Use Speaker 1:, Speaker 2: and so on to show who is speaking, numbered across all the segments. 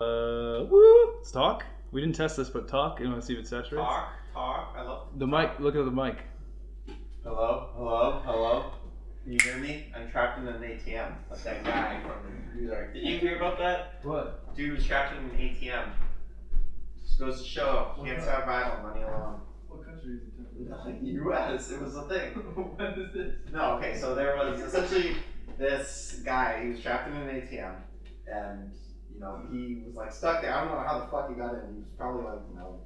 Speaker 1: Uh, woo, let's talk. We didn't test this, but talk. You want to see if it saturates?
Speaker 2: Talk, talk. I love.
Speaker 1: The mic. Look at the mic.
Speaker 2: Hello, hello, hello. Can you hear me? I'm trapped in an ATM. Like that guy from. New York. Did you hear about that?
Speaker 1: What?
Speaker 2: Dude was trapped in an ATM. Just goes to show can't survive on money alone.
Speaker 1: What country is
Speaker 2: U.S. It was a thing.
Speaker 1: what is this?
Speaker 2: No, okay, so there was essentially this guy, he was trapped in an ATM, and, you know, he was like stuck there. I don't know how the fuck he got in. He was probably like, you know,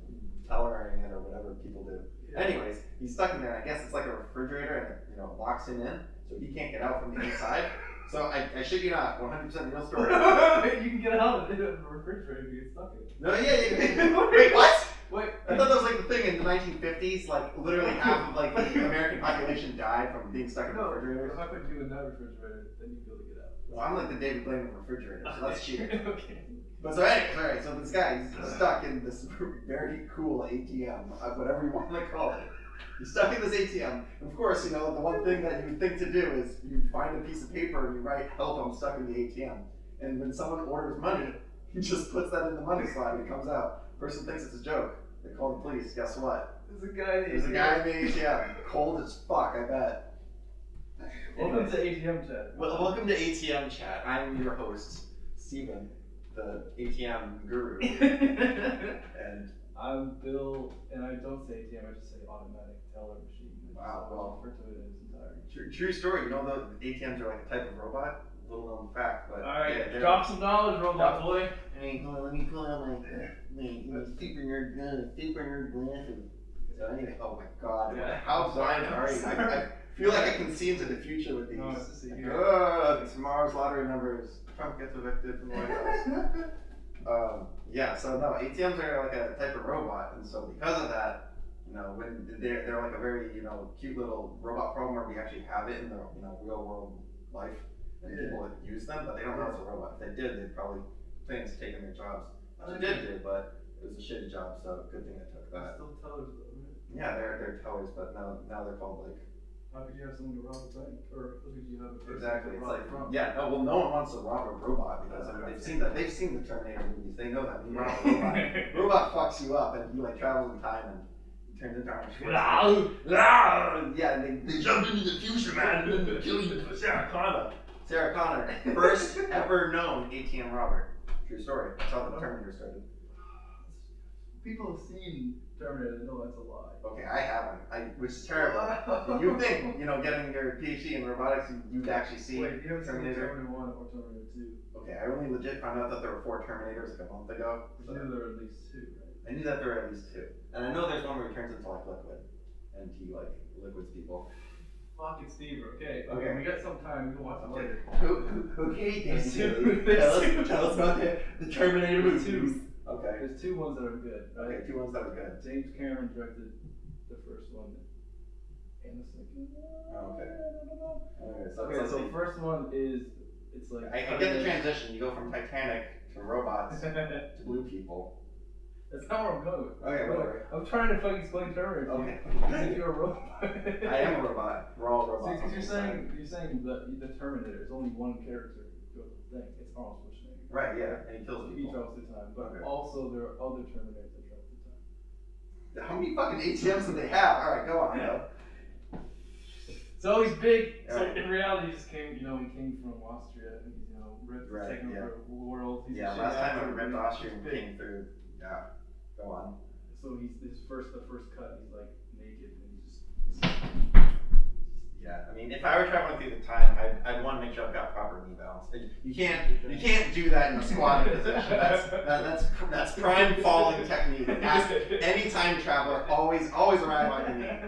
Speaker 2: telegramming it or whatever people do. Anyways, he's stuck in there. I guess it's like a refrigerator and, it, you know, locks him in, so he can't get out from the inside. So I, I shit you not, 100% real story. No,
Speaker 3: you can get out of the refrigerator if you get stuck in it.
Speaker 2: yeah, yeah, yeah. Wait, what?
Speaker 3: Wait,
Speaker 2: I thought that was like the thing in the 1950s, like literally half of like the American population died from being stuck in
Speaker 3: No.
Speaker 2: refrigerators.
Speaker 3: if I put you in that refrigerator, then you'd be able to get out.
Speaker 2: Well, I'm like the David Blaine of refrigerators, so that's cheating.
Speaker 3: okay.
Speaker 2: But so anyway, all right, so this guy he's stuck in this very cool ATM, uh, whatever you want to call it. He's stuck in this ATM. Of course, you know the one thing that you would think to do is you find a piece of paper and you write "Help, I'm stuck in the ATM." And when someone orders money, he just puts that in the money slot and it comes out. Person thinks it's a joke. They call the police. Guess what?
Speaker 3: There's a guy in
Speaker 2: There's a guy in the ATM, cold as fuck. I bet.
Speaker 3: Welcome to ATM chat.
Speaker 2: Well, welcome to ATM chat. I'm your host, Steven, the ATM guru, and
Speaker 3: I'm Bill, and I don't say ATM, I just say automatic teller machine. I just
Speaker 2: Wow, well.
Speaker 3: refer to it in its entirety.
Speaker 2: True, true story. You know the ATMs are like a type of robot. Little known fact, but
Speaker 3: All
Speaker 2: yeah,
Speaker 3: right,
Speaker 2: they're-
Speaker 3: drop some knowledge, robot
Speaker 2: Yeah.
Speaker 3: boy.
Speaker 2: Hey, hold on, let me pull out my my super nerd gun, super nerd glasses. So anyway, oh my god,
Speaker 3: Yeah.
Speaker 2: how blind are you? I, I feel like I can see into the future with these.
Speaker 3: No, it's just a here.
Speaker 2: Uh, tomorrow's lottery numbers. Trump gets evicted from the White House. Um, yeah, so no, ATMs are like a type of robot, and so because of that, you know, when they're they're like a very you know cute little robot problem where we actually have it in the you know real world life, and
Speaker 3: Yeah.
Speaker 2: people that use them, but they don't know it's a robot. If they did, they'd probably plan to taking their jobs. Which I did do, but it was a shitty job, so good thing I took that.
Speaker 3: Still tellers, though, right?
Speaker 2: Yeah, they're they're tellers, but now now they're called like
Speaker 3: How could you have someone to rob a bank, or how could you have a person
Speaker 2: Exactly.
Speaker 3: to
Speaker 2: It's
Speaker 3: rob
Speaker 2: like,
Speaker 3: a front?
Speaker 2: yeah, no, well, no one wants to rob a robot because I mean, they've seen that. They've seen the Terminator movies. They know that. You rob a robot. robot fucks you up, and he like travels in time and he turns into Arnold Schwarzenegger. Yeah, and they, they jumped into the future, man, and then they kill you for Sarah Connor. Sarah Connor, first ever known ATM robber. True story. That's how the Terminator started.
Speaker 3: People have seen Terminator, they know that's a lie.
Speaker 2: Okay, I haven't. I, which is terrible. You think you know getting your PhD in robotics, you, you'd actually see.
Speaker 3: Wait, you haven't seen
Speaker 2: Terminator.
Speaker 3: Terminator 1 or Terminator 2.
Speaker 2: Okay, I only legit found out that there were four Terminators like a month ago.
Speaker 3: You
Speaker 2: so-
Speaker 3: knew there were at least two, right?
Speaker 2: I knew that there were at least two. And I know there's one where he turns into like liquid. And he like liquids people.
Speaker 3: Fuck it's Steve, okay.
Speaker 2: Okay.
Speaker 3: Okay, we got some time, we can watch it later.
Speaker 2: Okay,
Speaker 3: There's
Speaker 2: Daisy.
Speaker 3: two-
Speaker 2: Tell
Speaker 3: there's two-
Speaker 2: us, tell us about the, the Terminator
Speaker 3: There's
Speaker 2: movies.
Speaker 3: two,
Speaker 2: Okay.
Speaker 3: there's two ones that are good, right?
Speaker 2: Okay, two ones that were good.
Speaker 3: James Cameron directed the first one and the second one.
Speaker 2: Oh, okay.
Speaker 3: I don't know.
Speaker 2: Alright, so,
Speaker 3: Okay,
Speaker 2: so,
Speaker 3: so the first one is it's like
Speaker 2: I, I get the transition. You go from Titanic to robots to
Speaker 3: That's
Speaker 2: blue people.
Speaker 3: not where I'm going with. it.
Speaker 2: Okay, whatever.
Speaker 3: I'm trying to fucking explain Terminator. to you.
Speaker 2: Okay.
Speaker 3: As if you're a robot.
Speaker 2: I am a robot. We're all
Speaker 3: So
Speaker 2: robots.
Speaker 3: 'cause you're saying you're saying that the Terminator is only one character doing the thing. It's Arnold Schwarzenegger.
Speaker 2: Right, yeah. And he kills
Speaker 3: He
Speaker 2: people.
Speaker 3: travels through time, but
Speaker 2: Okay.
Speaker 3: also there are other Terminators that travel through time.
Speaker 2: How many fucking ATMs do they have? Alright, go on, yo.
Speaker 3: So he's big. So
Speaker 2: Alright.
Speaker 3: in reality, he just came. You know, he came from Austria. And he's you know ripped,
Speaker 2: Right,
Speaker 3: taking
Speaker 2: yeah.
Speaker 3: over the world. He's a
Speaker 2: Yeah,
Speaker 3: shit
Speaker 2: last time I
Speaker 3: actor,
Speaker 2: ripped
Speaker 3: he's
Speaker 2: Austrian
Speaker 3: big.
Speaker 2: came through. Yeah. Go on.
Speaker 3: So he's his first, the first cut. He's like naked and he's just.
Speaker 2: Yeah, I mean, if I were traveling through the time, I'd, I'd want to make sure I've got proper knee balance. And You can't, you can't do that in a squatting position. That's that, that's that's prime falling technique. Ask any time traveler. Always, always arrive on your knee.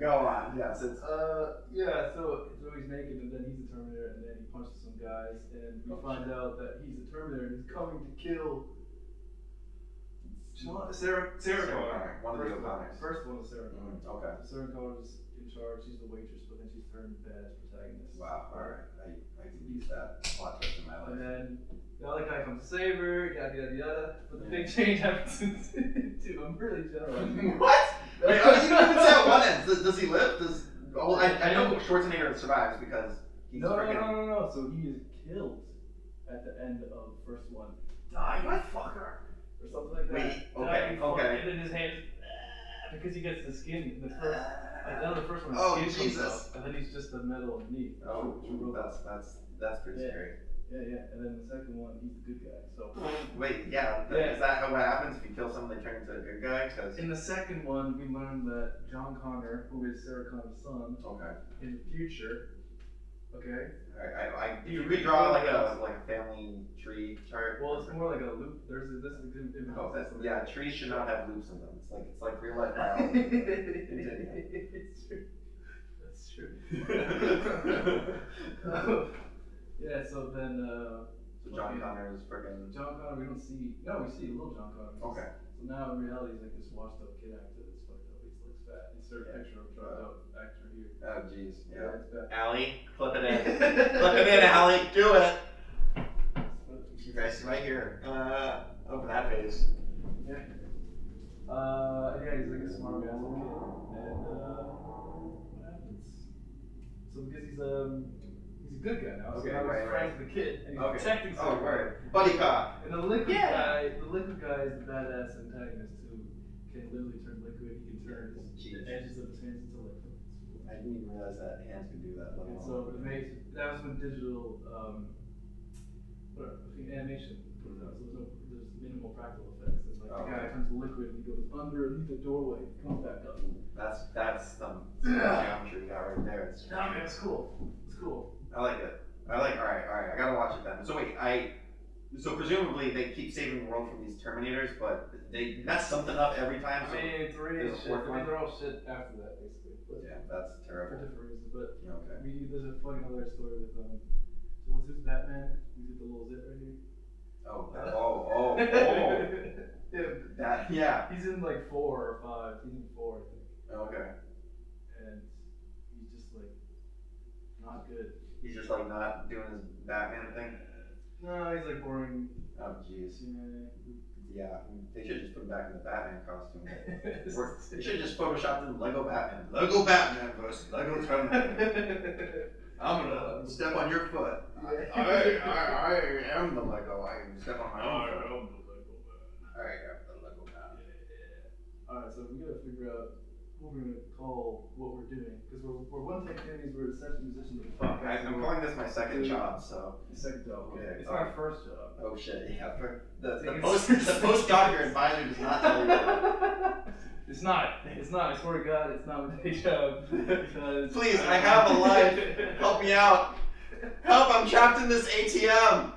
Speaker 2: Go on. Yes, it's
Speaker 3: Uh, yeah, so, so he's naked and then he's a Terminator and then he punches some guys and we
Speaker 2: Oh,
Speaker 3: find out that he's a Terminator and he's coming to kill John, Sarah, Sarah
Speaker 2: Sarah
Speaker 3: Connor.
Speaker 2: Connor, one of the
Speaker 3: First
Speaker 2: O'Connors.
Speaker 3: First one is Sarah Connor.
Speaker 2: mm, okay.
Speaker 3: Sarah Connor is in charge, she's the waitress, but then she's turned bad as protagonist.
Speaker 2: Wow. All right. I, I could use that plot twist in my
Speaker 3: And
Speaker 2: life.
Speaker 3: then the other guy comes to save her, yada yada yada. But the
Speaker 2: Yeah.
Speaker 3: big change happens in two. I'm really generalizing.
Speaker 2: what? Wait, oh, you didn't even say at one end. Does, does he live? Does oh, I, I know Schwarzenegger survives because he's
Speaker 3: No, no,
Speaker 2: freaking.
Speaker 3: no, no, no. So he is killed at the end of the first one. Die, you fucker! ah, Because he gets the skin, the first. I know the first one.
Speaker 2: Oh,
Speaker 3: skin comes
Speaker 2: Jesus.
Speaker 3: out, And then he's just the metal knee.
Speaker 2: Oh,
Speaker 3: True- true robot.
Speaker 2: that's that's that's pretty
Speaker 3: Yeah.
Speaker 2: scary.
Speaker 3: Yeah, yeah. And then the second one, he's the good guy. So
Speaker 2: Wait, yeah, th-
Speaker 3: Yeah.
Speaker 2: Is that how what happens if you kill someone? They turn into a good guy? Because
Speaker 3: in the second one, we learn that John Connor, who is Sarah Connor's son,
Speaker 2: okay, all
Speaker 3: in the future, okay.
Speaker 2: right, I, I, if you
Speaker 3: You
Speaker 2: could draw
Speaker 3: redraw
Speaker 2: like a
Speaker 3: those.
Speaker 2: like a family tree chart.
Speaker 3: Well, it's more like a loop. There's a, this is an
Speaker 2: Oh, that's,
Speaker 3: impossible-
Speaker 2: yeah, trees should not have loops in them. It's like it's like real life biology.
Speaker 3: it's true. That's true. yeah. So then, uh,
Speaker 2: so John Connor is freaking
Speaker 3: John Connor, we don't see. No, we see little John Connor.
Speaker 2: okay.
Speaker 3: So now in reality, he's like this washed up kid actor that's fucked up. He looks fat. Insert
Speaker 2: Yeah.
Speaker 3: picture of drugged up actor here.
Speaker 2: Oh jeez, yeah.
Speaker 3: it's bad.
Speaker 2: Allie, flip it in, flip it in, Allie, do it. You guys see right here. Uh, over that face.
Speaker 3: Uh, yeah, he's like a smart ass little kid. And uh, what happens? So because he's um, he's a good guy now.
Speaker 2: Okay,
Speaker 3: so now
Speaker 2: right,
Speaker 3: he's Frank the kid, and he's
Speaker 2: Okay.
Speaker 3: protecting
Speaker 2: Oh,
Speaker 3: someone.
Speaker 2: word. Buddy cop.
Speaker 3: And the liquid
Speaker 2: Yeah.
Speaker 3: guy, the liquid guy is the badass antagonist who can literally turn liquid. He can turn his,
Speaker 2: Jeez.
Speaker 3: the edges of his hands into liquid.
Speaker 2: I didn't even realize that hands could do that. let
Speaker 3: And so
Speaker 2: alone-
Speaker 3: it makes that was when digital um, whatever, I think animation put it out. So there's no there's minimal practical effects. It's like
Speaker 2: Oh,
Speaker 3: the guy
Speaker 2: okay.
Speaker 3: turns liquid and he goes underneath the doorway, comes back up.
Speaker 2: That's that's some geometry we got right there. It's,
Speaker 3: No man, it's cool. It's cool.
Speaker 2: I like it. I like. All right, all right. I gotta watch it then. So wait, I. So presumably they keep saving the world from these Terminators, but they mess something up every time.
Speaker 3: I
Speaker 2: So
Speaker 3: mean, three
Speaker 2: There's
Speaker 3: is
Speaker 2: a
Speaker 3: shit.
Speaker 2: fourth
Speaker 3: I
Speaker 2: one?
Speaker 3: mean, they're all shit after that, basically. But
Speaker 2: yeah, that's
Speaker 3: for
Speaker 2: terrible.
Speaker 3: different reasons. But
Speaker 2: Yeah, Okay.
Speaker 3: we there's a funny other story with um, so what's his Batman? He's with the little zit right here.
Speaker 2: Oh, that- oh, oh, oh.
Speaker 3: yeah,
Speaker 2: That, yeah.
Speaker 3: he's in like four or five. He's in four, I think.
Speaker 2: Okay.
Speaker 3: and he's just like not good.
Speaker 2: He's just like not doing his Batman thing.
Speaker 3: No, he's like boring.
Speaker 2: Oh, jeez.
Speaker 3: Yeah.
Speaker 2: Yeah. They should just put him back in the Batman costume. Or They should just Photoshop in Lego Batman. Lego Batman versus Lego Terminator. I'm gonna step on your foot. I, I, I am the Lego. I can step on my own foot. I am the Lego Batman.
Speaker 3: Alright, so we gotta figure out what we're gonna call what we're doing. Because we're, we're one take enemies, we're essentially musicians of the
Speaker 2: Fuck, I, I'm calling this my second
Speaker 3: Dude.
Speaker 2: job, so.
Speaker 3: second job.
Speaker 2: Yeah,
Speaker 3: it's
Speaker 2: sorry.
Speaker 3: our first job.
Speaker 2: Oh shit, yeah. for- The, the
Speaker 3: Think
Speaker 2: post,
Speaker 3: it's-
Speaker 2: the post doctor advisor does not tell you that.
Speaker 3: it's not. It's not. I swear to God, it's not my day job. Because-
Speaker 2: Please, I have a life. Help me out. Help, I'm trapped in this ATM.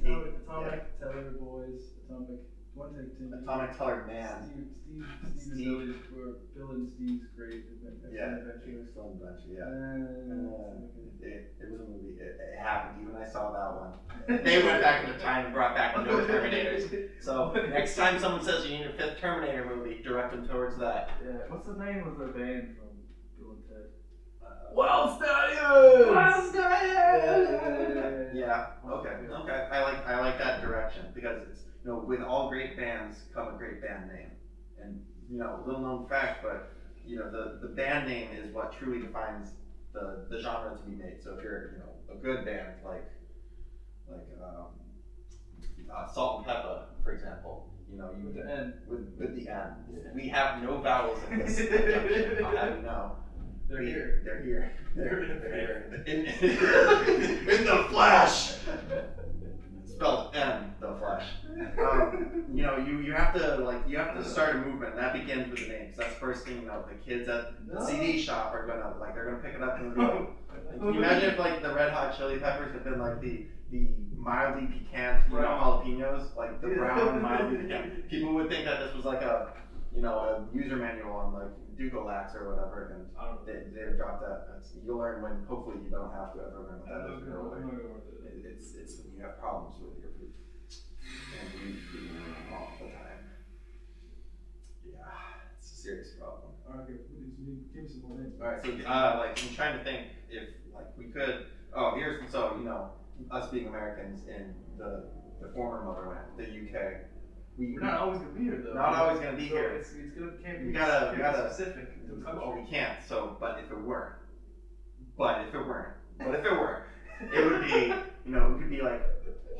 Speaker 3: Atomic, Atomic, Tether Boys, Atomic, One Take Timmy,
Speaker 2: Atomic colored man.
Speaker 3: Steve, Steve, Steve,
Speaker 2: Steve.
Speaker 3: and Billy were Bill and Steve's great adventure.
Speaker 2: Yeah.
Speaker 3: adventures.
Speaker 2: Excellent bunch,
Speaker 3: Uh,
Speaker 2: yeah.
Speaker 3: okay.
Speaker 2: It, it was a movie. It, it happened. Even I saw that one.
Speaker 3: Uh,
Speaker 2: They went back in the time and brought back the no Terminators. So next time someone says you need a fifth Terminator movie, direct them towards that.
Speaker 3: Yeah. What's the name of the band from Bill and Ted?
Speaker 2: Well, Uh, Stallions.
Speaker 3: Wild
Speaker 2: Stallions.
Speaker 3: Stallions!
Speaker 2: Yeah. Okay. Okay. I like I like that direction because it's you know with all great bands come a great band name, and you know little known fact, but you know the the band name is what truly defines the the genre to be made. So if you're you know a good band like like um, uh, Salt and Pepper, for example, you know you
Speaker 3: With the N.
Speaker 2: with with the M. We have no vowels in this. junction. I'll have you know.
Speaker 3: They're
Speaker 2: We-
Speaker 3: here.
Speaker 2: They're here. They're here. In, in, the flash. Spelled M, the flash. Um, you know, you, you have to like you have to start a movement. and That begins with the name. 'cause that's the first thing you know. The kids at the CD shop are gonna like they're gonna pick it up and be like, like, can you imagine if like the Red Hot Chili Peppers had been like the the mildly piquant, you know,
Speaker 3: Brown.
Speaker 2: jalapenos, like the brown mildly piquant. People would think that this was like a, you know, a user manual on like Dugalax or whatever, and
Speaker 3: I don't know.
Speaker 2: they they have dropped that. That's, you'll learn when hopefully you don't have to ever learn what
Speaker 3: I
Speaker 2: that
Speaker 3: don't
Speaker 2: is.
Speaker 3: know.
Speaker 2: Really.
Speaker 3: I'm not gonna work with it.
Speaker 2: It- It's it's when you have problems with your food. And you eat them all the time. Yeah, it's a serious problem.
Speaker 3: Alright, okay, please, give me some more names.
Speaker 2: All right, so uh, like I'm trying to think if like we could. Oh, here's so you know us being Americans in the the former motherland, the UK. We
Speaker 3: We're not always gonna be here though.
Speaker 2: Not always gonna be
Speaker 3: So
Speaker 2: here.
Speaker 3: It's, it's gonna can't be,
Speaker 2: We gotta-
Speaker 3: can't
Speaker 2: we
Speaker 3: be
Speaker 2: gotta-
Speaker 3: specific to the
Speaker 2: well,
Speaker 3: country.
Speaker 2: we can't. So, but if it were, but if it weren't, but if it were, it would be you know it could be like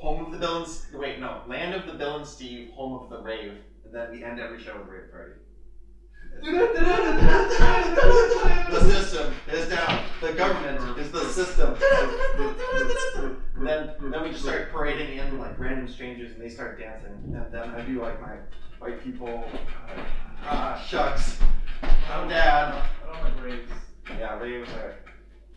Speaker 2: home of the Bill and S- wait no land of the Bill and Steve, home of the rave. and then we end every show with a rave party. The
Speaker 4: The
Speaker 2: system is down. The government is the system. And then, then we just start parading in like random strangers, and they start dancing. And then I do like my white people, uh, ah shucks, I'm dad.
Speaker 3: I don't like raves.
Speaker 2: Yeah, raves are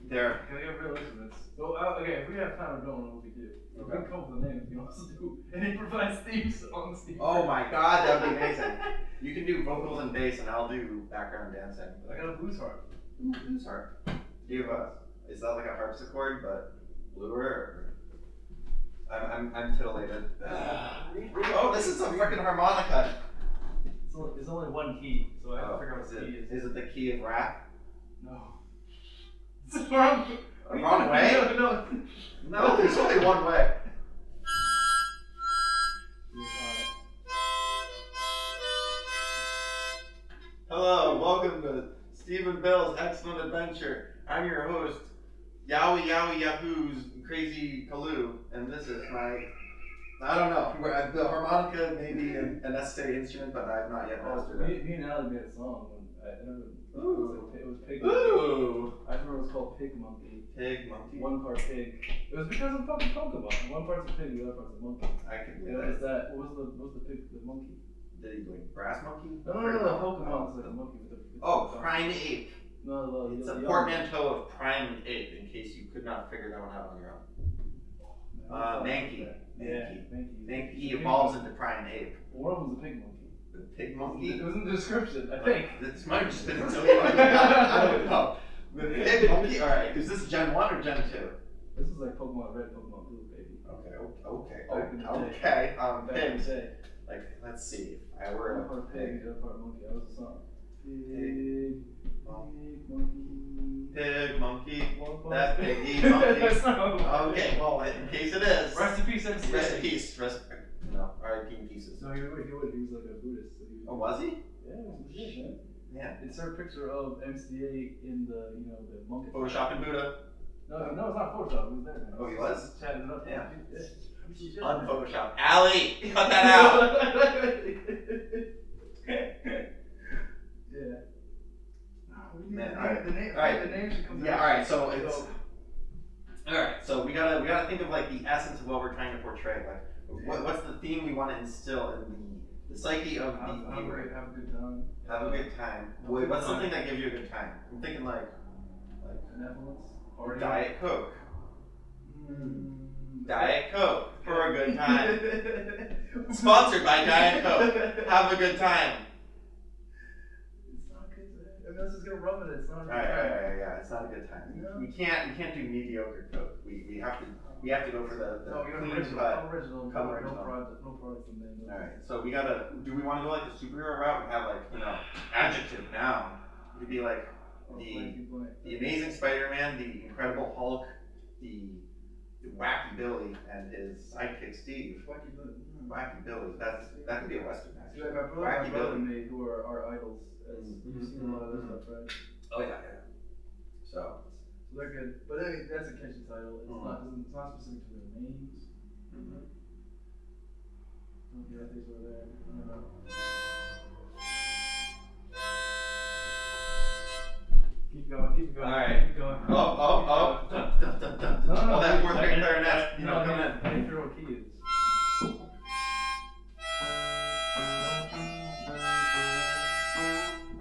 Speaker 2: there.
Speaker 3: Can we get real into this? So, uh, okay, if we have time, I don't know what we do. We can come up with a name if you want us to do an improvised theme song, Steve.
Speaker 2: Oh my god, that'd be amazing. You can do vocals and bass, and I'll do background dancing.
Speaker 3: I got a blues harp.
Speaker 2: Who's harp? Do you have a? Is that like a harpsichord, but bluer? Or... I'm, I'm, I'm titillated. oh, this is a freaking harmonica.
Speaker 3: It's only, there's only one key, so I have to
Speaker 2: Oh,
Speaker 3: figure out
Speaker 2: is,
Speaker 3: what the
Speaker 2: it,
Speaker 3: key is.
Speaker 2: is it the key of rap?
Speaker 3: No. It's the wrong,
Speaker 2: The wrong way?
Speaker 3: No, no.
Speaker 2: No, there's only one way. Hello, welcome to Stephen Bell's Excellent Adventure. I'm your host, Yowie Yowie Yahoo's Crazy Kalu, and this is my. I don't know. we're- The harmonica may be an a necessary instrument, but I've not yet mastered
Speaker 3: me,
Speaker 2: it.
Speaker 3: me and Alan made a song. When I, I remember
Speaker 2: Ooh.
Speaker 3: it was pig.
Speaker 2: Ooh!
Speaker 3: I remember it was called Pig Monkey.
Speaker 2: Pig monkey.
Speaker 3: One part pig. It was because of fucking Pokemon. One part's a pig, the other part's a monkey.
Speaker 2: I can do
Speaker 3: And it
Speaker 2: that.
Speaker 3: was that. What was the what was the pig? The monkey.
Speaker 2: Did he like brass monkey?
Speaker 3: No, no, no, no. The Pokemon was like a monkey with the. with the-
Speaker 2: Oh, prime ape.
Speaker 3: No, no, no.
Speaker 2: It's
Speaker 3: the-
Speaker 2: a
Speaker 3: the-
Speaker 2: portmanteau of prime and ape, in case you could not figure that one out on your own. Uh, Mankey.
Speaker 3: Yeah,
Speaker 2: Mankey.
Speaker 3: Mankey.
Speaker 2: Mankey E evolves into prime and ape.
Speaker 3: One of them's a pig monkey.
Speaker 2: The pig
Speaker 3: It
Speaker 2: monkey.
Speaker 3: was in the description, I think.
Speaker 2: This might have just been its own fucking- I don't know. Oh, The pig monkey. All right. Is this Gen One or Gen Two?
Speaker 3: This is like Pokemon Red, Pokemon Blue, baby.
Speaker 2: Okay. o- Okay.
Speaker 3: Back in the
Speaker 2: o-
Speaker 3: day.
Speaker 2: Okay. Um,
Speaker 3: Back in the
Speaker 2: pigs.
Speaker 3: day.
Speaker 2: Like, let's see. If I were
Speaker 3: One
Speaker 2: a
Speaker 3: part pig,
Speaker 2: pig.
Speaker 3: the other part monkey. That was the song. Pig, pig, monkey.
Speaker 2: Pig monkey.
Speaker 3: One part
Speaker 2: That
Speaker 3: pig.
Speaker 2: piggy monkey.
Speaker 3: That's not what-
Speaker 2: Okay. Well, in case it is.
Speaker 3: Rest in peace, MC.
Speaker 2: Rest in peace. Rest. No. All right. King pieces.
Speaker 3: No, he would. He would. He was like a Buddhist. So he
Speaker 2: Oh,
Speaker 3: was,
Speaker 2: was he?
Speaker 3: yeah, he was legit, man.
Speaker 2: Yeah.
Speaker 3: Insert picture of MCA in the, you know, the monkey.
Speaker 2: Photoshop and Buddha.
Speaker 3: No, no, it's not Photoshop. It was there. Man.
Speaker 2: Oh, he was?
Speaker 3: Chatted it up.
Speaker 2: Yeah.
Speaker 3: Yeah.
Speaker 2: on Photoshop. Allie, cut that out.
Speaker 3: yeah.
Speaker 2: Man, alright.
Speaker 3: The name,
Speaker 2: Alright.
Speaker 3: the name should come
Speaker 2: yeah, all
Speaker 3: out.
Speaker 2: right. So it's
Speaker 3: So,
Speaker 2: all right. So we gotta we gotta think of like the essence of what we're trying to portray. Like, what, what's the theme we want to instill in the, the psyche of the
Speaker 3: have, have, a
Speaker 2: viewer?
Speaker 3: great, have a good time.
Speaker 2: Have a good time.
Speaker 3: Have a
Speaker 2: Wait,
Speaker 3: good
Speaker 2: what's
Speaker 3: time.
Speaker 2: something that gives you a good time? I'm thinking like
Speaker 3: Benevolence. Party.
Speaker 2: Diet Coke.
Speaker 3: Mm.
Speaker 2: Diet Coke for a good time. Sponsored by Diet Coke.
Speaker 3: it's
Speaker 2: Have a good time.
Speaker 3: not good. to- I mean, this is gonna rub it. It's not. a
Speaker 2: All
Speaker 3: good
Speaker 2: right, all right,
Speaker 3: time.
Speaker 2: all right, yeah. It's not a good time.
Speaker 3: No.
Speaker 2: We can't we can't do mediocre Coke. We, we have to we have to go for the, the
Speaker 3: No, you're
Speaker 2: clean
Speaker 3: original.
Speaker 2: cut.
Speaker 3: Come original.
Speaker 2: Come
Speaker 3: no,
Speaker 2: original.
Speaker 3: No product. No product in there. No.
Speaker 2: Alright, so we gotta. Do we want to go like the superhero route and have like, you know, adjective, noun? It'd be like
Speaker 3: Oh,
Speaker 2: The-
Speaker 3: blank, you blank.
Speaker 2: the Amazing Spider Man, the Incredible Hulk, the, the Wacky Billy, and his sidekick Steve.
Speaker 3: What you doing? Mm.
Speaker 2: Wacky Billy, that's, that could be a Western
Speaker 3: See, like
Speaker 2: actually.
Speaker 3: my brother,
Speaker 2: Wacky
Speaker 3: my brother
Speaker 2: Billy.
Speaker 3: and me, who are our idols, as
Speaker 2: Mhm,
Speaker 3: you've seen a lot of their
Speaker 2: mhm,
Speaker 3: stuff, right?
Speaker 2: Oh, yeah, yeah. So,
Speaker 3: So they're good, but I mean, that's a catchy title. It's
Speaker 2: Mhm.
Speaker 3: not, it's not specific to their names. Mm-hmm. Don't get that these were there. I don't know. Keep going, keep going.
Speaker 2: Alright.
Speaker 3: Keep going.
Speaker 2: oh, oh, oh, dun, dun, dun, dun,
Speaker 3: No,
Speaker 2: dun.
Speaker 3: no,
Speaker 2: Oh, that
Speaker 3: no,
Speaker 2: fourth
Speaker 3: I-
Speaker 2: grade
Speaker 3: I-
Speaker 2: clarinet, you know,
Speaker 3: no,
Speaker 2: come
Speaker 3: I-
Speaker 2: in.
Speaker 3: I think they're all keys.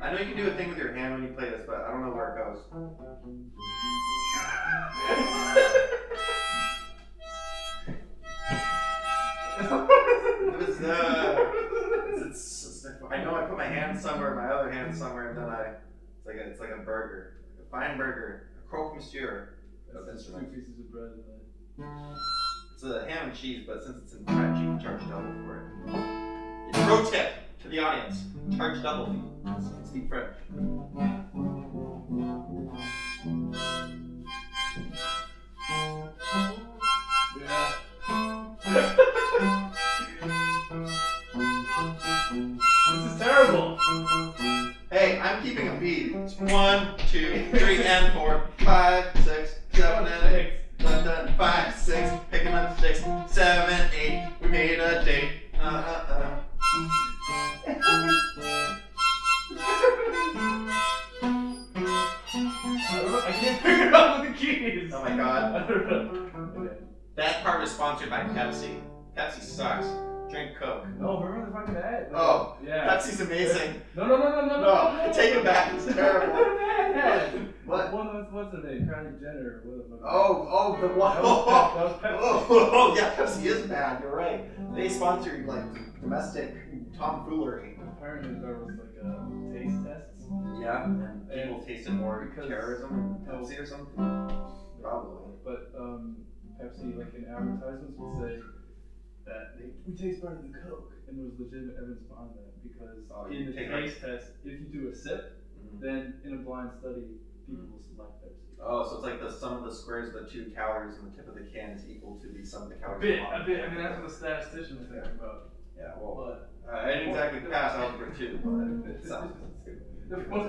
Speaker 2: I know you can do a thing with your hand when you play this, but I don't know where it goes. Oh, It was, uh, it's- it's- I know I put my hand somewhere, my other hand somewhere, and then I. It's like a, it's like a burger, a fine burger, a croque monsieur.
Speaker 3: That's
Speaker 2: That's
Speaker 3: two
Speaker 2: right.
Speaker 3: pieces of bread and a-
Speaker 2: It's a ham and cheese, but since it's in French, you can charge double for it. Pro tip to the audience: charge double. You can speak French.
Speaker 3: Yeah. This is terrible.
Speaker 2: Hey, I'm keeping a beat. One, two, three, and four, five, six, seven, and eight. Dun, dun, five, six, picking up six, seven, eight. We made a date. Uh, uh, uh. Oh sponsored by Pepsi. Pepsi sucks. Drink Coke.
Speaker 3: No, remember the fucking ad?
Speaker 2: Oh,
Speaker 3: Yeah.
Speaker 2: Pepsi's amazing.
Speaker 3: No, no, no, no, no, no.
Speaker 2: No, take it back. It's terrible.
Speaker 3: terrible.
Speaker 4: What?
Speaker 3: One was, what's her name? Kylie Jenner. What the fuck?
Speaker 4: Oh, oh, the one.
Speaker 3: That was Pep- that was Pepsi.
Speaker 2: Oh, oh, yeah, Pepsi is bad. You're right. They sponsored like domestic tomfoolery.
Speaker 3: Apparently there was like a taste tests.
Speaker 2: Yeah, and people tasted more
Speaker 3: Because-
Speaker 2: terrorism and Pepsi or something. Probably.
Speaker 3: But um, Pepsi, like in advertisements, would say that they, we taste better than Coke, and there was legitimate evidence behind that because
Speaker 2: Oh, you
Speaker 3: in the
Speaker 2: take
Speaker 3: taste test, if you do a sip,
Speaker 2: Mhm.
Speaker 3: then in a blind study, people will select Pepsi.
Speaker 2: Oh, so it's like the sum of the squares of the two calories in the tip of the can is equal to the sum of the
Speaker 3: A
Speaker 2: calories.
Speaker 3: bit,
Speaker 2: Oh, on
Speaker 3: a
Speaker 2: the
Speaker 3: bit. I
Speaker 2: can.
Speaker 3: mean, that's what the statistician was thinking about.
Speaker 2: Yeah, well,
Speaker 3: But
Speaker 2: I didn't exactly pass algebra two, but it sounds.
Speaker 3: the point,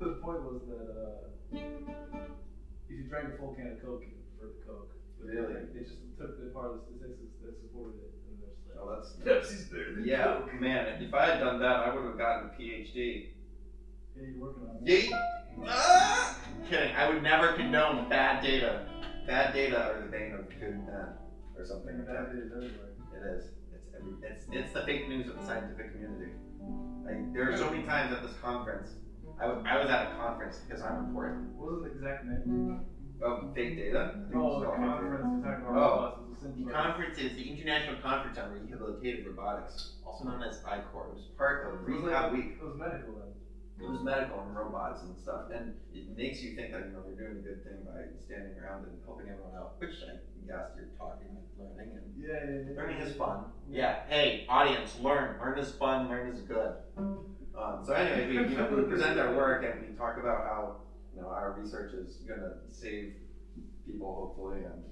Speaker 3: the point was that uh, if you drank a full can of Coke, you prefer the Coke. But they-
Speaker 2: Really?
Speaker 3: They just took the part of the statistics that supported it, and they're just like,
Speaker 2: Oh, that's.
Speaker 3: Pepsi's better than
Speaker 2: Yeah,
Speaker 3: Coke.
Speaker 2: man, if I had done that, I would have gotten a PhD.
Speaker 3: Yeah, you're working on it.
Speaker 2: Yeet! Ah! Kidding, I would never condone bad data. Bad data are the bane of good men, or something like that. It is. It's every, it's it's the fake news of the scientific community. Like there are so many times at this conference, I was I was at a conference because I'm important.
Speaker 3: What was the exact name?
Speaker 2: Of fake data. I think it was
Speaker 3: Oh, the
Speaker 2: called.
Speaker 3: conference we talked
Speaker 2: Oh.
Speaker 3: about.
Speaker 2: The conference is the International Conference on Rehabilitative Robotics, also known as ICOR. It was part of
Speaker 3: It was
Speaker 2: Rehab Week.
Speaker 3: It was medical then.
Speaker 2: It was medical and robots and stuff, and it makes you think that you know they're doing a good thing by standing around and helping everyone out, which I guess you're talking and learning and
Speaker 3: Yeah, yeah, yeah.
Speaker 2: Learning is fun. Yeah. Hey, audience, learn. Learn is fun. Learn is good. Um, so anyway, we, you know, we present our work and we talk about how you know our research is gonna save people, hopefully, and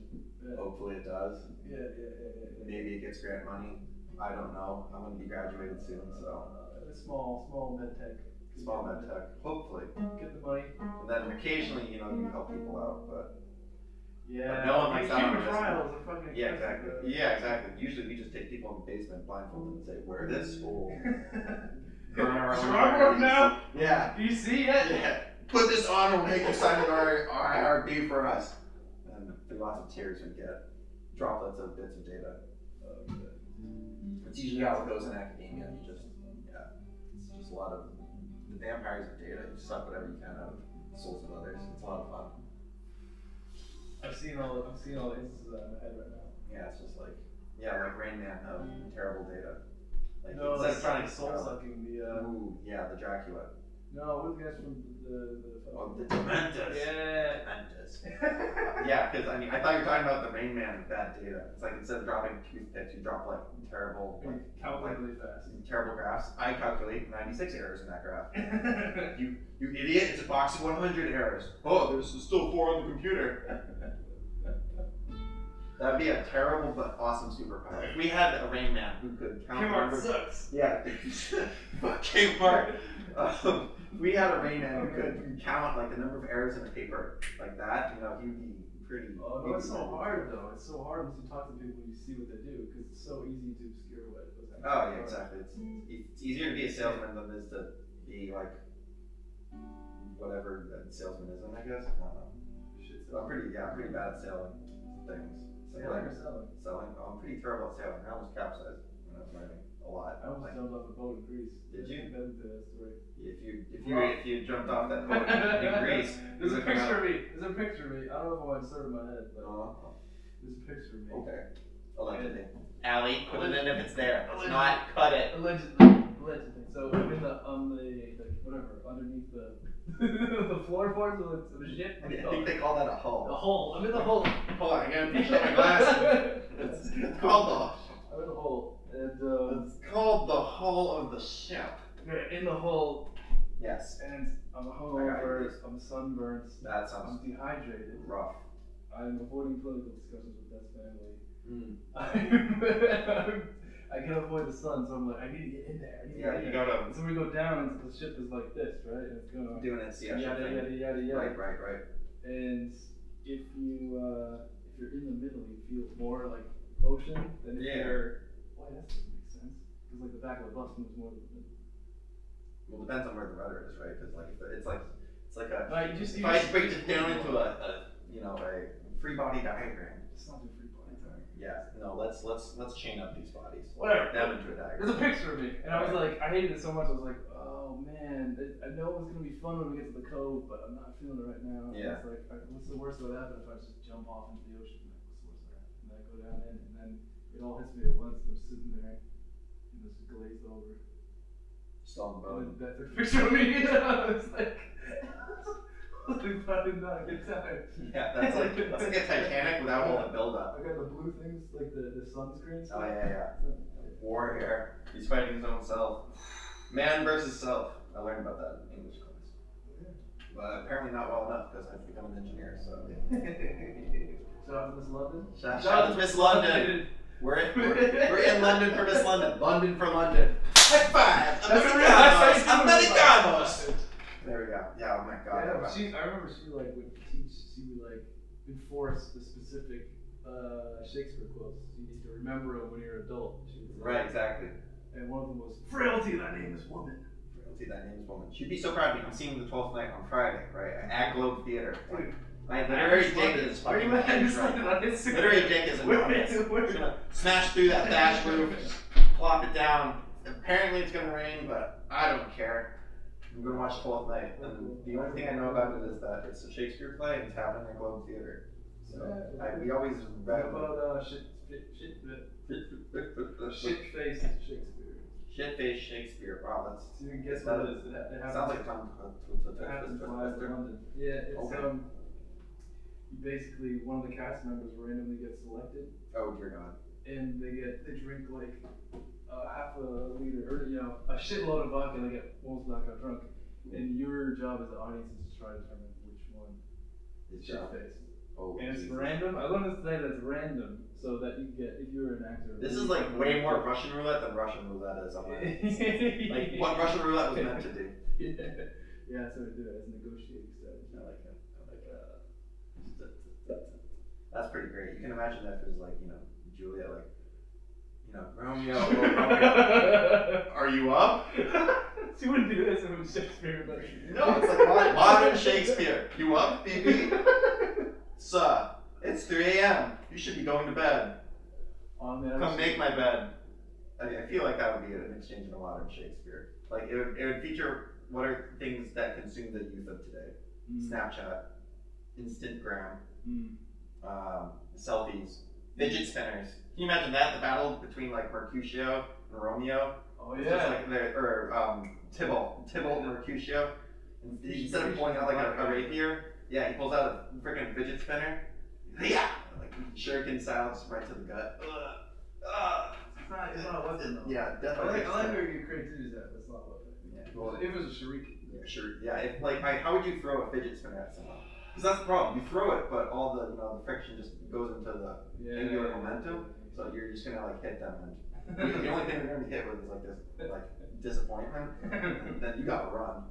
Speaker 3: Yeah,
Speaker 2: hopefully it does.
Speaker 3: yeah, yeah, yeah, yeah.
Speaker 2: Maybe it gets grant money. I don't know. I'm gonna be graduated soon, so
Speaker 3: Uh, a small, small med tech.
Speaker 2: small med tech, hopefully.
Speaker 3: Get the money.
Speaker 2: And then occasionally, you know, you help people out, but
Speaker 3: Yeah.
Speaker 2: no one likes
Speaker 3: like
Speaker 2: that on
Speaker 3: human
Speaker 2: this.
Speaker 3: trials are fucking
Speaker 2: yeah,
Speaker 3: expensive,
Speaker 2: exactly. Yeah, exactly. Usually, we just take people in the basement, blindfolded, and say, "Wear this or burn our own."
Speaker 3: Is Rob up now?
Speaker 2: Yeah.
Speaker 3: though. Do you see it?
Speaker 2: Yeah. Put this on and we'll make you sign an R- IRB for us. And through lots of tears we get droplets of bits of data. It's usually how it goes in academia. You just, yeah, it's just a lot of the vampires of data. You suck whatever you can out of souls of others. It's a lot of fun.
Speaker 3: I've seen all. I'm seeing all the instances in my head right now.
Speaker 2: Yeah, it's just like, yeah, like Rain Man of terrible data. Like
Speaker 3: No,
Speaker 2: it's
Speaker 3: that's
Speaker 2: electronic
Speaker 3: like soul sucking. The uh,
Speaker 2: Ooh, yeah, the Dracula.
Speaker 3: no, what the guys from the the.
Speaker 2: Oh, the Dementors.
Speaker 3: yeah.
Speaker 2: Dementors. Yeah, because I mean, I thought you were talking about the Rain Man with bad data. It's like instead of dropping toothpicks, you drop like terrible, like,
Speaker 3: Calculate really fast.
Speaker 2: terrible graphs. I calculate 96 errors in that graph.
Speaker 3: yeah,
Speaker 2: You, you idiot! It's a box of 100 errors. Oh, there's still four on the computer. That'd be a terrible but awesome superpower. If we had a Rain Man who could count. numbers-
Speaker 3: sucks.
Speaker 2: Yeah. Fuck Kmart. Um, if we had a Rain Man who could count like the number of errors in a paper like that. You know, he'd be pretty.
Speaker 3: Oh no, it's so hard though. It's so hard once you talk to people and you see what they do because it's so easy to obscure what was happening.
Speaker 2: Oh yeah, exactly. It's, it's easier to be a salesman than it is to be like whatever that salesmanism, I guess. I don't know.
Speaker 3: Shit's
Speaker 2: So I'm pretty yeah, I'm pretty bad at selling things. So
Speaker 3: Yeah,
Speaker 2: like
Speaker 3: you're selling.
Speaker 2: selling, I'm pretty terrible at selling. I almost capsized when I was learning a lot.
Speaker 3: I almost
Speaker 2: Like,
Speaker 3: jumped off a boat in Greece.
Speaker 2: Did you?
Speaker 3: Then the story.
Speaker 2: if you if you if you jumped off that boat in Greece,
Speaker 3: There's
Speaker 2: you
Speaker 3: a
Speaker 2: would come
Speaker 3: picture
Speaker 2: out-
Speaker 3: of me. There's a picture of me. I don't know if I want to insert it in my head, but
Speaker 2: Oh,
Speaker 3: there's a picture of me.
Speaker 2: okay. Allegedly. Allie, put it in if it's there. If it's
Speaker 3: Allegedly.
Speaker 2: not, cut it.
Speaker 3: Allegedly. Allegedly. So I'm in the on the like whatever underneath the the floorboards of the- of the ship.
Speaker 2: I think they call that a
Speaker 3: The
Speaker 2: hull.
Speaker 3: hole. I'm in the hole.
Speaker 2: Hold on, I gotta push up my glasses. It's it's called the
Speaker 3: I'm in the hole, and um,
Speaker 2: It's called the Hall of the Ship.
Speaker 3: yeah, in the hole,
Speaker 2: Yes.
Speaker 3: and I'm hungover, I'm sunburned,
Speaker 2: That
Speaker 3: I'm
Speaker 2: sounds
Speaker 3: dehydrated,
Speaker 2: rough.
Speaker 3: I'm avoiding political discussions with that family.
Speaker 2: Mm.
Speaker 3: I'm, I can not avoid the sun, so I'm like, I need to get in there. I need to
Speaker 2: Yeah,
Speaker 3: get
Speaker 2: you
Speaker 3: in
Speaker 2: gotta
Speaker 3: there. So we go down, and the ship is like this, right? And it's going on.
Speaker 2: do an NCS
Speaker 3: yada
Speaker 2: thing.
Speaker 3: yada yada yada.
Speaker 2: Right, right, right.
Speaker 3: And if you uh, if you're in the middle, you feel more like ocean than if
Speaker 2: Yeah.
Speaker 3: you're. Why that doesn't make sense? Because like the back of the bus moves more than the middle.
Speaker 2: Well, depends on where the rudder is, right? Because like if it- it's like it's like a.
Speaker 3: Right, you just
Speaker 2: If
Speaker 3: you
Speaker 2: I
Speaker 3: just
Speaker 2: break it down into a, a you know a free body diagram.
Speaker 3: It's not a free body time.
Speaker 2: Yeah, no, let's let's let's chain up these bodies.
Speaker 3: Whatever.
Speaker 2: Them into a dagger.
Speaker 3: There's a picture of me, and I was like, I hated it so much. I was like, oh man, it- I know it was gonna be fun when we get to the cove, but I'm not feeling it right now. And
Speaker 2: Yeah.
Speaker 3: It's like, all right, what's the worst that would happen if I just jump off into the ocean? Like, what's the worst that happened? And I go down in, and then it all hits me at once. And I'm sitting there, and it's glazed over.
Speaker 2: Just on the
Speaker 3: And
Speaker 2: bone.
Speaker 3: then that's a picture of me. and I was like, I did not get tired.
Speaker 2: Yeah, that's like that's like a Titanic without all the
Speaker 3: I
Speaker 2: buildup.
Speaker 3: got the blue things, like the the sunscreen.
Speaker 2: Oh
Speaker 3: stuff.
Speaker 2: yeah, yeah. War here. He's fighting his own self. Man versus self. I learned about that in English class. But apparently not well enough because I've become an engineer, so.
Speaker 3: Shout out to Miss London.
Speaker 2: Shout shout out to Miss London. We're, we're, we're in London for Miss London. London for London. High five!
Speaker 3: That's a real- that's how you do it.
Speaker 2: Americanos! Americanos! There we go. Yeah, oh my god.
Speaker 3: Yeah, she, I remember she like would teach, she would like enforce the specific uh, Shakespeare quotes. You need to remember them when you're an adult. She was like,
Speaker 2: Right, exactly.
Speaker 3: And one of them was, Frailty, thy name is woman.
Speaker 2: Frailty, that name's woman. She'd be so proud of me. I'm seeing the 12th night on Friday, right? At Globe Theater.
Speaker 3: Dude.
Speaker 2: My literary
Speaker 3: Miss
Speaker 2: dick
Speaker 3: London.
Speaker 2: is
Speaker 3: Are
Speaker 2: fucking
Speaker 3: you mad at Miss
Speaker 2: right
Speaker 3: London on Instagram?
Speaker 2: Literary dick is
Speaker 3: Where-
Speaker 2: enormous.
Speaker 3: where-
Speaker 2: It's gonna Smash through that thatch roof, plop it down. Apparently it's gonna rain, but I don't care. I'm gonna watch Twelfth Night, and the only thing I know about it is that it's a Shakespeare play and it's happening at Globe Theature. So I, we always
Speaker 3: What
Speaker 2: read
Speaker 3: about uh, shit, shit, shit,
Speaker 2: shit,
Speaker 3: shit faced Shakespeare?
Speaker 2: shit face Shakespeare. Wow, that's
Speaker 3: So you can guess what it is. It, ha- it happens
Speaker 2: sounds like Tom.
Speaker 3: It happens live in London. Yeah, it's
Speaker 2: Okay.
Speaker 3: um, basically one of the cast members randomly gets selected,
Speaker 2: Oh dear God.
Speaker 3: and they get they drink like uh, half a liter or you know a shitload of vodka, and they get almost knockout drunk. And your job as the audience is to try to determine which one
Speaker 2: It's
Speaker 3: is shit
Speaker 2: uh,
Speaker 3: faced.
Speaker 2: oh,
Speaker 3: And it's
Speaker 2: Jesus.
Speaker 3: random. I want to say that's random, so that you get if you're an actor.
Speaker 2: This is like way more Russian roulette than Russian roulette is on my Like what Russian roulette was meant to do.
Speaker 3: Yeah, yeah. So they do it as a negotiating strategy.
Speaker 2: I like it. I like it. That's pretty great. You can imagine that if it was like, you know, Juliet, like, you know, Romeo, oh, Romeo, are you up?
Speaker 3: she wouldn't do this if it was Shakespeare, but
Speaker 2: No, it's like modern, modern Shakespeare. You up, baby? Sir, it's 3 a.m. You should be going to bed.
Speaker 3: Oh, man, I
Speaker 2: Come
Speaker 3: was-
Speaker 2: make my bed. I, mean, I feel like that would be an exchange in a modern Shakespeare. Like, it would, it would feature what are things that consume the youth of today
Speaker 3: Mm,
Speaker 2: Snapchat, Instagram,
Speaker 3: mm.
Speaker 2: um, selfies, fidget spinners. Can you imagine that? The battle between like Mercutio and Romeo,
Speaker 3: Oh
Speaker 2: It's just
Speaker 3: yeah.
Speaker 2: like the, or um, Tybalt, Tybalt and Mercutio. And Instead of pulling out like a, a rapier, yeah, he pulls out a freaking fidget spinner. Yeah, like shuriken sounds right to the gut. Ugh. Ugh.
Speaker 3: It's not, it's not a weapon though.
Speaker 2: Yeah,
Speaker 3: I
Speaker 2: definitely.
Speaker 3: like, I like where your creativity is at. but It's not a weapon.
Speaker 2: Yeah,
Speaker 3: Well,
Speaker 2: well,
Speaker 3: if it was a shuriken.
Speaker 2: yeah, sure. Yeah, if, like I, how would you throw a fidget spinner at someone? Because that's the problem. You throw it, but all the you know the friction just goes into the
Speaker 3: Yeah.
Speaker 2: Angular momentum? So you're just gonna like hit them, and the- the only thing you're gonna hit with is like this like disappointment. And then you gotta run,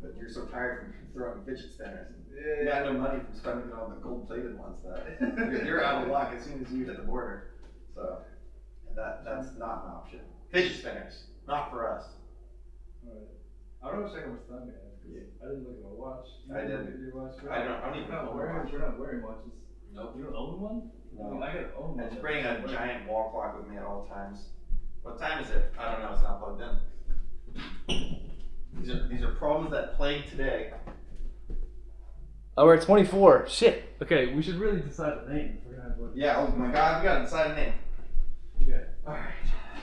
Speaker 2: but you're so tired from throwing fidget spinners. You
Speaker 3: yeah.
Speaker 2: got no money from spending it on the gold-plated ones that you're, you're out of luck as soon as you hit the border. So and that that's not an option. Fidget spinners, not for us.
Speaker 3: Alright. I don't know if I was time yet. 'cause
Speaker 2: Yeah.
Speaker 3: I didn't look at my watch. You
Speaker 2: I
Speaker 3: didn't
Speaker 2: didn't.
Speaker 3: look at Your watch.
Speaker 2: I don't- I don't even
Speaker 3: We're not
Speaker 2: own a
Speaker 3: wearing-
Speaker 2: watch.
Speaker 3: We're not wearing watches.
Speaker 2: Nope.
Speaker 3: You don't own one? I mean,
Speaker 2: No.
Speaker 3: I gotta own
Speaker 2: I
Speaker 3: one.
Speaker 2: just bring a giant wall clock with me at all times. What time is it? I don't know. It's not plugged in. These are these are problems that plague today.
Speaker 1: Oh, we're at 24. Shit.
Speaker 3: Okay, we should really decide a name. If we're gonna have one.
Speaker 2: Yeah, oh my god, we gotta decide a name.
Speaker 3: Okay.
Speaker 2: Alright.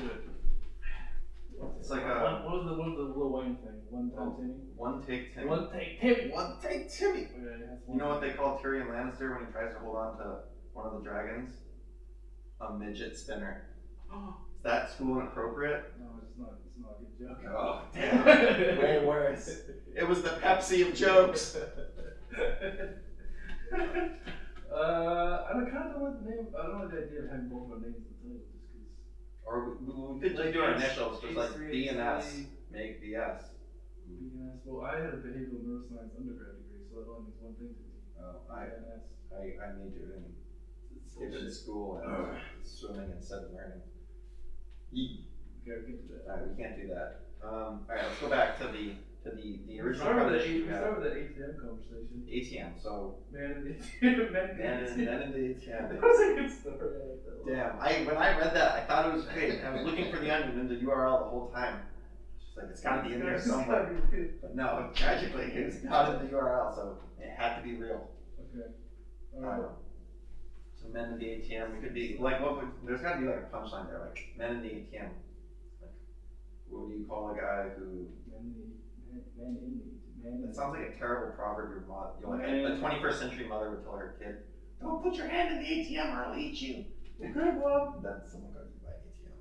Speaker 3: Good.
Speaker 2: It's like a
Speaker 3: What
Speaker 2: Oh.
Speaker 3: what was the what was the Lil Wayne thing? One time Timmy.
Speaker 2: one take Timmy.
Speaker 3: One take Timmy.
Speaker 2: One take Timmy!
Speaker 3: Okay, that's
Speaker 2: You
Speaker 3: one
Speaker 2: know what they call Tyrion Lannister when he tries to hold on to one of the dragons? A midget spinner. Is that school inappropriate?
Speaker 3: No, it's not. It's not a good joke.
Speaker 2: Oh, damn. Way worse. It was the Pepsi of jokes.
Speaker 3: uh, I kind of don't like the name. I don't like the idea of having both our names in the title just because.
Speaker 2: Or we, we, we could just do our initials, just like
Speaker 3: H3,
Speaker 2: BNS. Make BS.
Speaker 3: BNS. Well, I had a behavioral neuroscience undergrad degree, so that only means one thing to me.
Speaker 2: Oh, I,
Speaker 3: BNS.
Speaker 2: I, I need to in stupid school and swimming instead of learning. Ye-
Speaker 3: Okay, I'll get to that.
Speaker 2: Alright, we can't do that. Um, alright, let's go back to the
Speaker 5: to
Speaker 2: to
Speaker 5: the, the
Speaker 3: We
Speaker 5: original
Speaker 3: started with
Speaker 5: premise
Speaker 3: the,
Speaker 5: you
Speaker 3: we
Speaker 5: had.
Speaker 3: started with the ATM conversation.
Speaker 5: ATM. So
Speaker 3: Man, man,
Speaker 2: Man in, man in the ATM.
Speaker 3: That was a good story. I like that one.
Speaker 2: Damn, I when I read that, I thought it was fake. I was looking for the onion in the URL the whole time. Just like it's gotta be in there
Speaker 3: It's gotta
Speaker 2: somewhere.
Speaker 3: be good.
Speaker 2: But no, tragically, it was not in the URL, so it had to be real.
Speaker 3: Okay.
Speaker 2: Um,
Speaker 3: Alright.
Speaker 2: so men in the ATM, it could be like what would there's gotta be like a punchline there, like men in the ATM. Like, what do you call a guy who?
Speaker 3: Man, man, man, in the- man,
Speaker 2: It sounds like a terrible proverb your mother, you know, like
Speaker 3: Man.
Speaker 2: a 21st century mother would tell her kid, "Don't put your hand in the ATM or I'll eat you." Good one. Then someone goes to buy an ATM.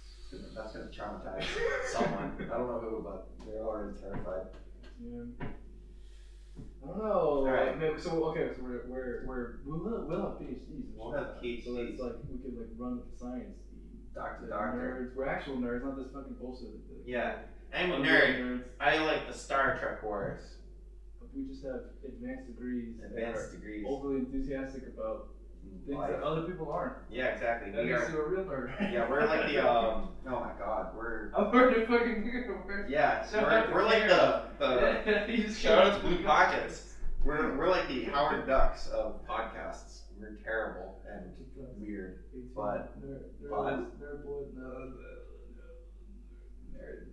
Speaker 2: It's gonna- That's gonna traumatize someone. I don't know who, but they're already terrified.
Speaker 3: ATM. I don't know.
Speaker 2: Alright.
Speaker 3: Oh. Maybe- So okay, so we're we're we're we will we'll have PhDs. and
Speaker 2: We'll
Speaker 3: shit.
Speaker 2: have
Speaker 3: So
Speaker 2: PhDs.
Speaker 3: it's like we could like run with the science. team.
Speaker 2: Doctor,
Speaker 3: Like,
Speaker 2: doctor.
Speaker 3: Nerds. We're actual nerds, not this fucking bullshit. that the-
Speaker 2: Yeah. I'm a
Speaker 3: Unreal
Speaker 2: nerd.
Speaker 3: nerds.
Speaker 2: I like the Star Trek wars.
Speaker 3: But we just have advanced degrees. and
Speaker 2: Advanced
Speaker 3: are
Speaker 2: degrees.
Speaker 3: Overly enthusiastic about things that
Speaker 2: Life.
Speaker 3: other people aren't.
Speaker 2: Yeah, exactly.
Speaker 3: That
Speaker 2: We
Speaker 3: makes
Speaker 2: are.
Speaker 3: you a real nerd.
Speaker 2: Yeah, we're like the um. Oh my God, we're.
Speaker 3: I'm already fucking weird.
Speaker 2: Yeah,
Speaker 3: Shout out
Speaker 2: we're,
Speaker 3: to
Speaker 2: we're like the the.
Speaker 3: You just
Speaker 2: Uh, Shout out
Speaker 3: can't-
Speaker 2: to Blue Pockets. We're, we're like the Howard Ducks of podcasts. We're terrible and weird. But-
Speaker 3: Nerd- nerd-
Speaker 2: but-
Speaker 3: nerd boy, no, no, no, nerd,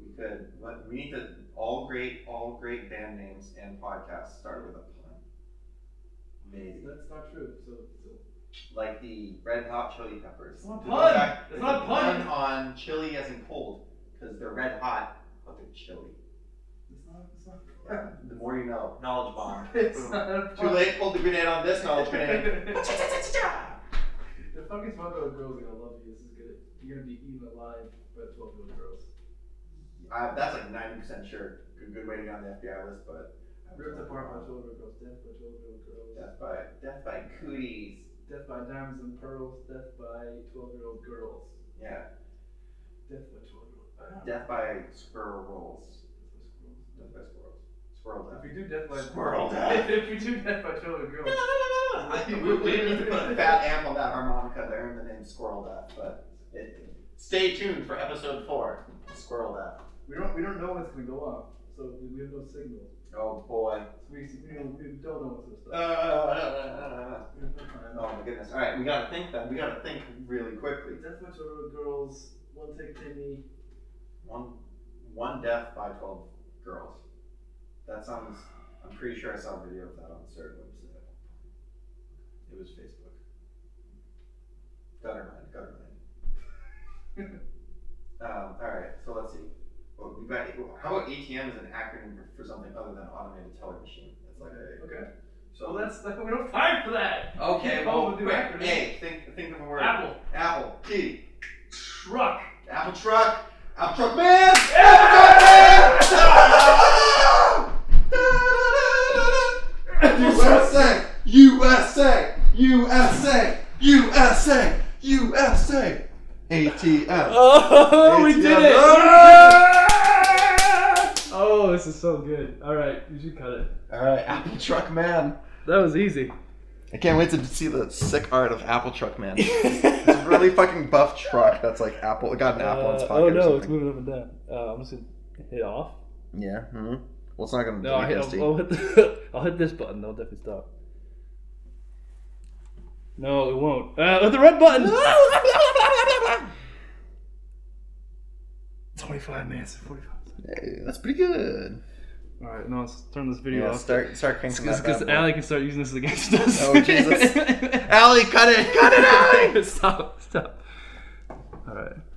Speaker 2: We could, but we need to all great, all great band names and podcasts start with a pun. Maybe
Speaker 3: no. That's not true. So, so.
Speaker 2: like the Red Hot Chili Peppers.
Speaker 3: It's not
Speaker 2: There's
Speaker 3: pun!
Speaker 2: a fact-
Speaker 3: It's
Speaker 2: there's
Speaker 3: not
Speaker 2: a
Speaker 3: pun!
Speaker 2: on chili as in cold because they're red hot, but they're chili.
Speaker 3: It's not. It's not.
Speaker 2: The more you know. Knowledge bomb.
Speaker 3: It's
Speaker 2: Boom.
Speaker 3: not.
Speaker 2: Too late. Pulled the grenade on this knowledge grenade.
Speaker 3: the fucking smart little girls are gonna love you. This is good. You're gonna be eaten alive by twelve year old girls.
Speaker 2: Uh, that's like ninety percent sure. Good, good way to get on the FBI list, but
Speaker 3: Ripped apart by twelve year old girls. Death by twelve year old girls.
Speaker 2: Death by death by cooties.
Speaker 3: Death by diamonds and pearls. Death by twelve year old girls.
Speaker 2: Yeah.
Speaker 3: Death by twelve year old.
Speaker 2: Death by squirrel rolls. Death by squirrels. Squirrel
Speaker 3: If
Speaker 2: death.
Speaker 3: we do death by
Speaker 2: Squirrel death.
Speaker 3: if we do death by twelve year girls.
Speaker 2: I, we, we didn't need to put a fat amp on that harmonica to earn the name squirrel death, but it, stay tuned for episode four. Squirrel death.
Speaker 3: We don't we don't know what's gonna go off, so we, we have no signal.
Speaker 2: Oh boy.
Speaker 3: So we, we, don't, we don't know what's
Speaker 2: Uh,
Speaker 3: gonna stop.
Speaker 2: oh
Speaker 3: We have no time.
Speaker 2: my goodness. All right, we gotta think then. We gotta think really quickly.
Speaker 3: Death by twelve year old girls. One take Timmy.
Speaker 2: One, one death by twelve girls. That sounds. I'm pretty sure I saw a video of that on a certain website. It was Facebook. Gutter mind, gutter mind. um, all right, so let's see. Well, we got. How about ATM is an acronym for, for something other than automated teller machine? It's like a.
Speaker 3: Okay.
Speaker 2: So
Speaker 3: So that's like, we don't have time for that.
Speaker 2: Okay.
Speaker 3: Oh,
Speaker 2: Well,
Speaker 3: we'll do
Speaker 2: quick,
Speaker 3: acronyms.
Speaker 2: hey, think think of a word.
Speaker 3: Apple.
Speaker 2: Apple. Key.
Speaker 3: Truck.
Speaker 2: Apple truck. Apple truck man. Apple truck man. USA. USA. USA. USA. USA. ATM.
Speaker 1: Oh, we
Speaker 2: ATM.
Speaker 1: did it!
Speaker 2: Ah!
Speaker 1: Oh, this is so good. All right, you should cut it.
Speaker 2: All right, Apple Truck Man.
Speaker 1: That was easy.
Speaker 2: I can't wait to see the sick art of Apple Truck Man. It's a really fucking buff truck that's like Apple. It got an apple in its
Speaker 1: Uh,
Speaker 2: pocket
Speaker 1: oh
Speaker 2: or
Speaker 1: no, it's
Speaker 2: something.
Speaker 1: moving up and down. Uh, I'm just gonna hit off.
Speaker 2: Yeah. hmm Well, it's not gonna.
Speaker 1: No, I Oh.
Speaker 2: do
Speaker 1: hit,
Speaker 2: it,
Speaker 1: I'll, I'll
Speaker 2: Dusty.
Speaker 1: hit the, I'll hit this button. That'll definitely stop. No, it won't. Uh, hit the red button. Twenty-five minutes. and Forty-five. seconds.
Speaker 2: Hey, that's pretty good.
Speaker 1: All right, now let's turn this video
Speaker 2: Yeah,
Speaker 1: off.
Speaker 2: start start cranking that
Speaker 1: Because
Speaker 2: bad boy.
Speaker 1: Allie can start using this against us.
Speaker 2: Oh, Jesus. Allie, cut it, cut it, Allie!
Speaker 1: stop! Stop! All right.